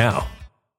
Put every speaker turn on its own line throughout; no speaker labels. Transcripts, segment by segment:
now.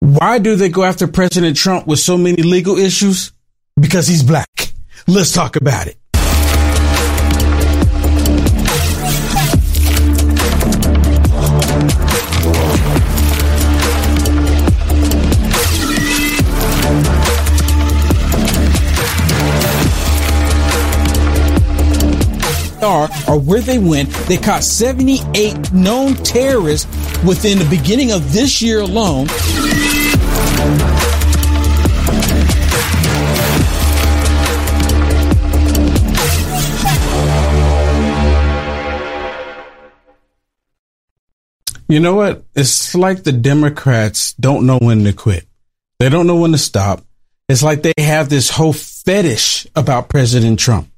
Why do they go after President Trump with so many legal issues? Because he's black. Let's talk about it. Are or where they went, they caught 78 known terrorists within the beginning of this year alone. You know what? It's like the Democrats don't know when to quit. They don't know when to stop. It's like they have this whole fetish about President Trump.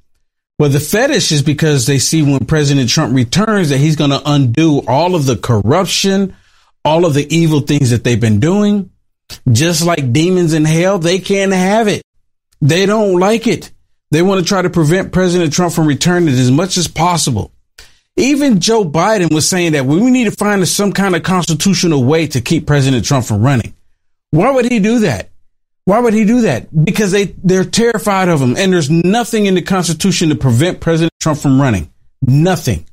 Well, the fetish is because they see when President Trump returns that he's going to undo all of the corruption, all of the evil things that they've been doing. Just like demons in hell, they can't have it. They don't like it. They want to try to prevent President Trump from returning as much as possible. Even Joe Biden was saying that we need to find some kind of constitutional way to keep President Trump from running. Why would he do that? Why would he do that? Because they, they're terrified of him and there's nothing in the Constitution to prevent President Trump from running. Nothing.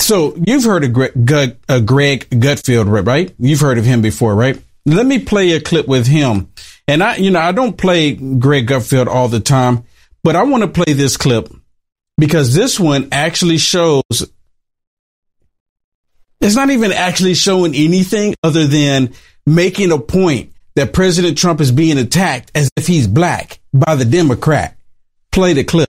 So you've heard of Greg, Gut- uh, Greg Gutfield, right? You've heard of him before, right? Let me play a clip with him. And I, you know, I don't play Greg Gutfield all the time, but I want to play this clip because this one actually shows it's not even actually showing anything other than making a point that President Trump is being attacked as if he's black by the Democrat. Play the clip.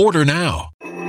Order now.
A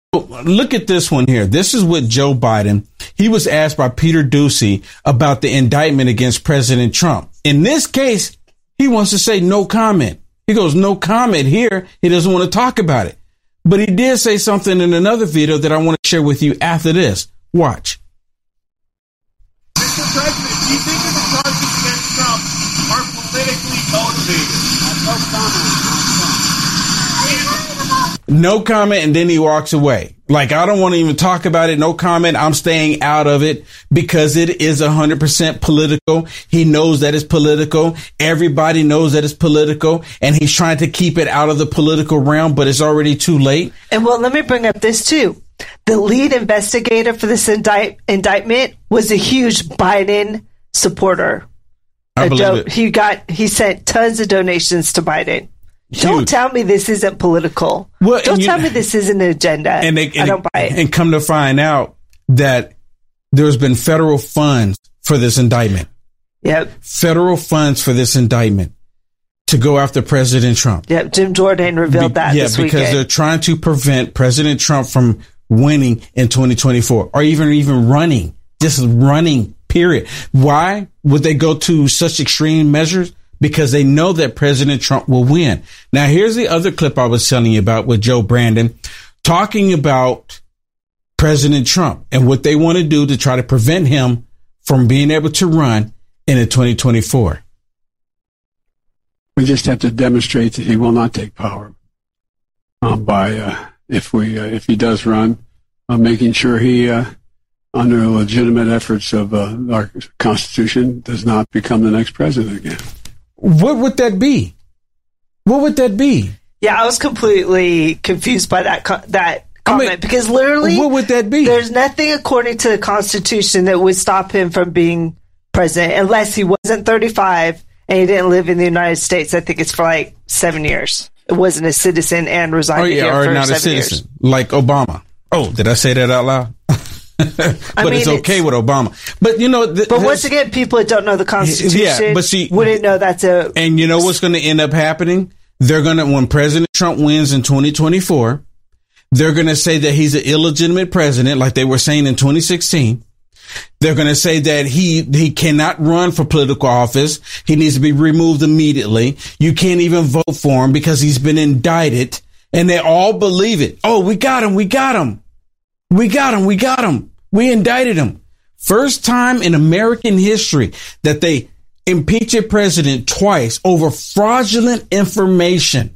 Look at this one here. This is with Joe Biden. He was asked by Peter Ducey about the indictment against President Trump. In this case, he wants to say no comment. He goes, no comment here. He doesn't want to talk about it. But he did say something in another video that I want to share with you after this. Watch.
Mr. President, do you think that the charges against Trump are politically motivated? No
No comment. And then he walks away. Like, I don't want to even talk about it. No comment. I'm staying out of it because it is 100% political. He knows that it's political. Everybody knows that it's political and he's trying to keep it out of the political realm, but it's already too late.
And well, let me bring up this too. The lead investigator for this indict- indictment was a huge Biden supporter.
I
A
believe
do-
it.
He got he sent tons of donations to Biden. Don't
Huge.
tell me this isn't political.
Well, and
Don't
you-
tell me this isn't an agenda.
and they,
I
and-
don't buy it.
And come to find out that there's been federal funds for this indictment.
Yep.
Federal funds for this indictment to go after President Trump.
Yep. Jim Jordan revealed that
yeah,
this
because
weekend.
they're trying to prevent President Trump from winning in 2024 or even even running. Just running, period. Why would they go to such extreme measures? Because they know that President Trump will win. Now, here's the other clip I was telling you about with Joe Brandon talking about President Trump and what they want to do to try to prevent him from being able to run in the 2024.
We just have to demonstrate that he will not take power um, by uh, if we uh, if he does run, uh, making sure he uh, under legitimate efforts of uh, our Constitution does not become the next president again.
What would that be? What would that be?
Yeah, I was completely confused by that co- that comment because literally,
what would that be?
There's nothing according to the Constitution that would stop him from being president unless he wasn't 35 and he didn't live in the United States. I think it's for like seven years. It wasn't a citizen and resided
Oh yeah,
here
or
for
not a
seven
citizen
years.
like Obama. Oh, did I say that out loud? but
mean,
it's okay with Obama. But you know, th-
But once again, people that don't know the Constitution
but see-
wouldn't know that's a
and you know what's going to end up happening? They're going to when President Trump wins in 2024, they're going to say that he's an illegitimate president, like they were saying in 2016. They're going to say that he he cannot run for political office. He needs to be removed immediately. You can't even vote for him because he's been indicted, and they all believe it. Oh, we got him! We got him! We got him. We got him. We indicted him. First time in American history that they impeach a president twice over fraudulent information.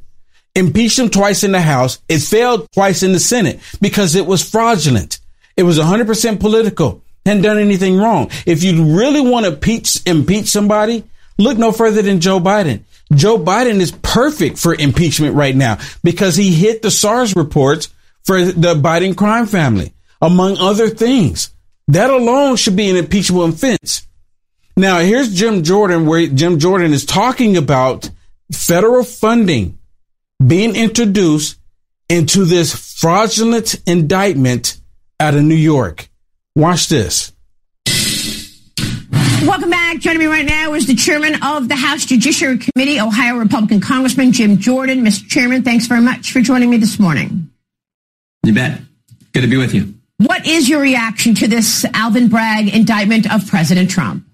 Impeached him twice in the House. It failed twice in the Senate because it was fraudulent. It was 100% political. Hadn't done anything wrong. If you really want to impeach, impeach somebody, look no further than Joe Biden. Joe Biden is perfect for impeachment right now because he hit the SARS reports for the Biden crime family, among other things. That alone should be an impeachable offense. Now, here's Jim Jordan, where Jim Jordan is talking about federal funding being introduced into this fraudulent indictment out of New York. Watch this.
Welcome back. Joining me right now is the chairman of the House Judiciary Committee, Ohio Republican Congressman Jim Jordan. Mr. Chairman, thanks very much for joining me this morning.
You bet. Good to be with you.
What is your reaction to this Alvin Bragg indictment of President Trump?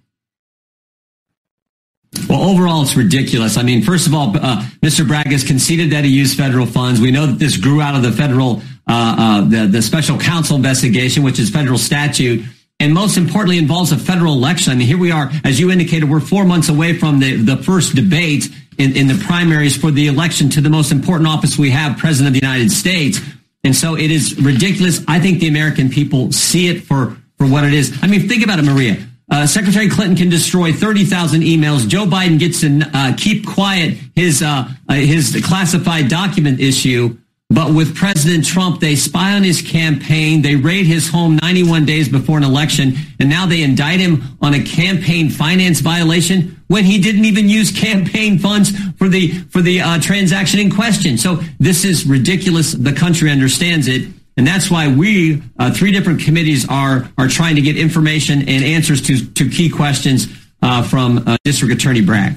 Well, overall, it's ridiculous. I mean, first of all, uh, Mr. Bragg has conceded that he used federal funds. We know that this grew out of the federal, uh, uh, the, the special counsel investigation, which is federal statute. And most importantly, involves a federal election. I mean, here we are, as you indicated, we're four months away from the, the first debate in, in the primaries for the election to the most important office we have, President of the United States. And so it is ridiculous. I think the American people see it for, for what it is. I mean, think about it, Maria. Uh, Secretary Clinton can destroy 30,000 emails. Joe Biden gets to uh, keep quiet his uh, uh, his classified document issue. But with President Trump, they spy on his campaign, they raid his home 91 days before an election, and now they indict him on a campaign finance violation when he didn't even use campaign funds for the for the uh, transaction in question. So this is ridiculous. The country understands it, and that's why we uh, three different committees are are trying to get information and answers to to key questions uh, from uh, District Attorney Bragg.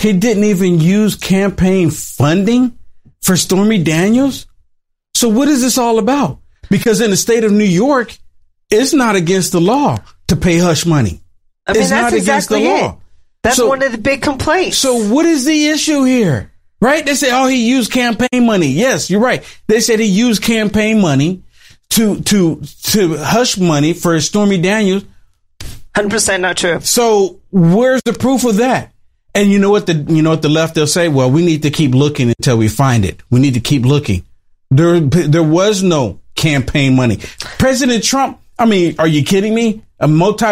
He didn't even use campaign funding for Stormy Daniels. So what is this all about? Because in the state of New York, it's not against the law to pay hush money.
I mean, that's
it's not against the
exactly it.
law.
That's
So-
one of the big complaints.
So what is the issue here? Right? They say, oh, he used campaign money. Yes, you're right. They said he used campaign money to to to hush money for Stormy Daniels.
Hundred percent not true.
So where's the proof of that? And you know what the you know what the left they'll say, well, we need to keep looking until we find it. We need to keep looking. There there was no campaign money. President Trump, I mean, are you kidding me? A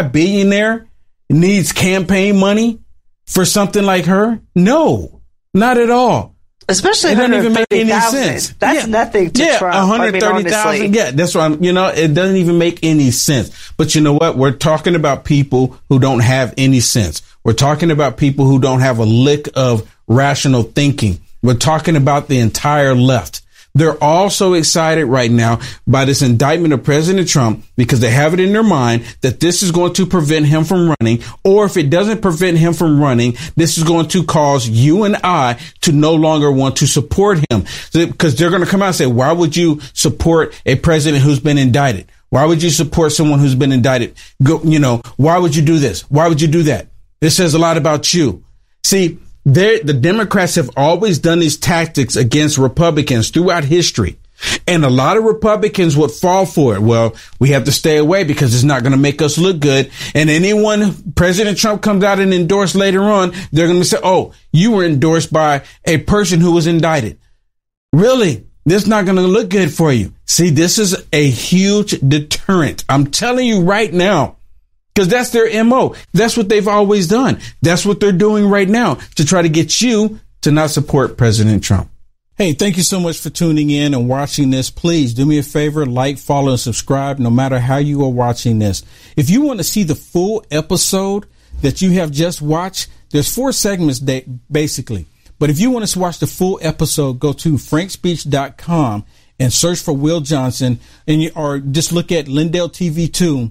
multi-billionaire needs campaign money for something like her? No. Not at all.
Especially
It doesn't even make any
130,000.
sense.
That's nothing to
yeah,
Trump. I
One
mean,
hundred thirty thousand.
honestly.
yeah, that's what I'm. You know, it doesn't even make any sense. But you know what? We're talking about people who don't have any sense. We're talking about people who don't have a lick of rational thinking. We're talking about the entire left. They're all so excited right now by this indictment of President Trump because they have it in their mind that this is going to prevent him from running, or if it doesn't prevent him from running, this is going to cause you and I to no longer want to support him. Because they're going to come out and say, why would you support a president who's been indicted? Why would you support someone who's been indicted? Go, you know, why would you do this? Why would you do that? This says a lot about you. See, there the Democrats have always done these tactics against Republicans throughout history. And a lot of Republicans would fall for it. Well, we have to stay away because it's not going to make us look good. And anyone President Trump comes out and endorsed later on, they're going to say, "Oh, you were endorsed by a person who was indicted." Really? This not going to look good for you. See, this is a huge deterrent. I'm telling you right now. Because that's their MO. That's what they've always done. That's what they're doing right now to try to get you to not support President Trump. Hey, thank you so much for tuning in and watching this. Please do me a favor, like, follow, and subscribe no matter how you are watching this. If you want to see the full episode that you have just watched, there's four segments da- basically. But if you want to watch the full episode, go to frankspeech.com and search for Will Johnson and you, or just look at Lindell TV 2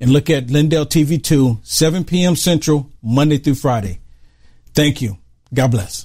and look at Lindell TV 2, 7 p.m. Central, Monday through Friday. Thank you. God bless.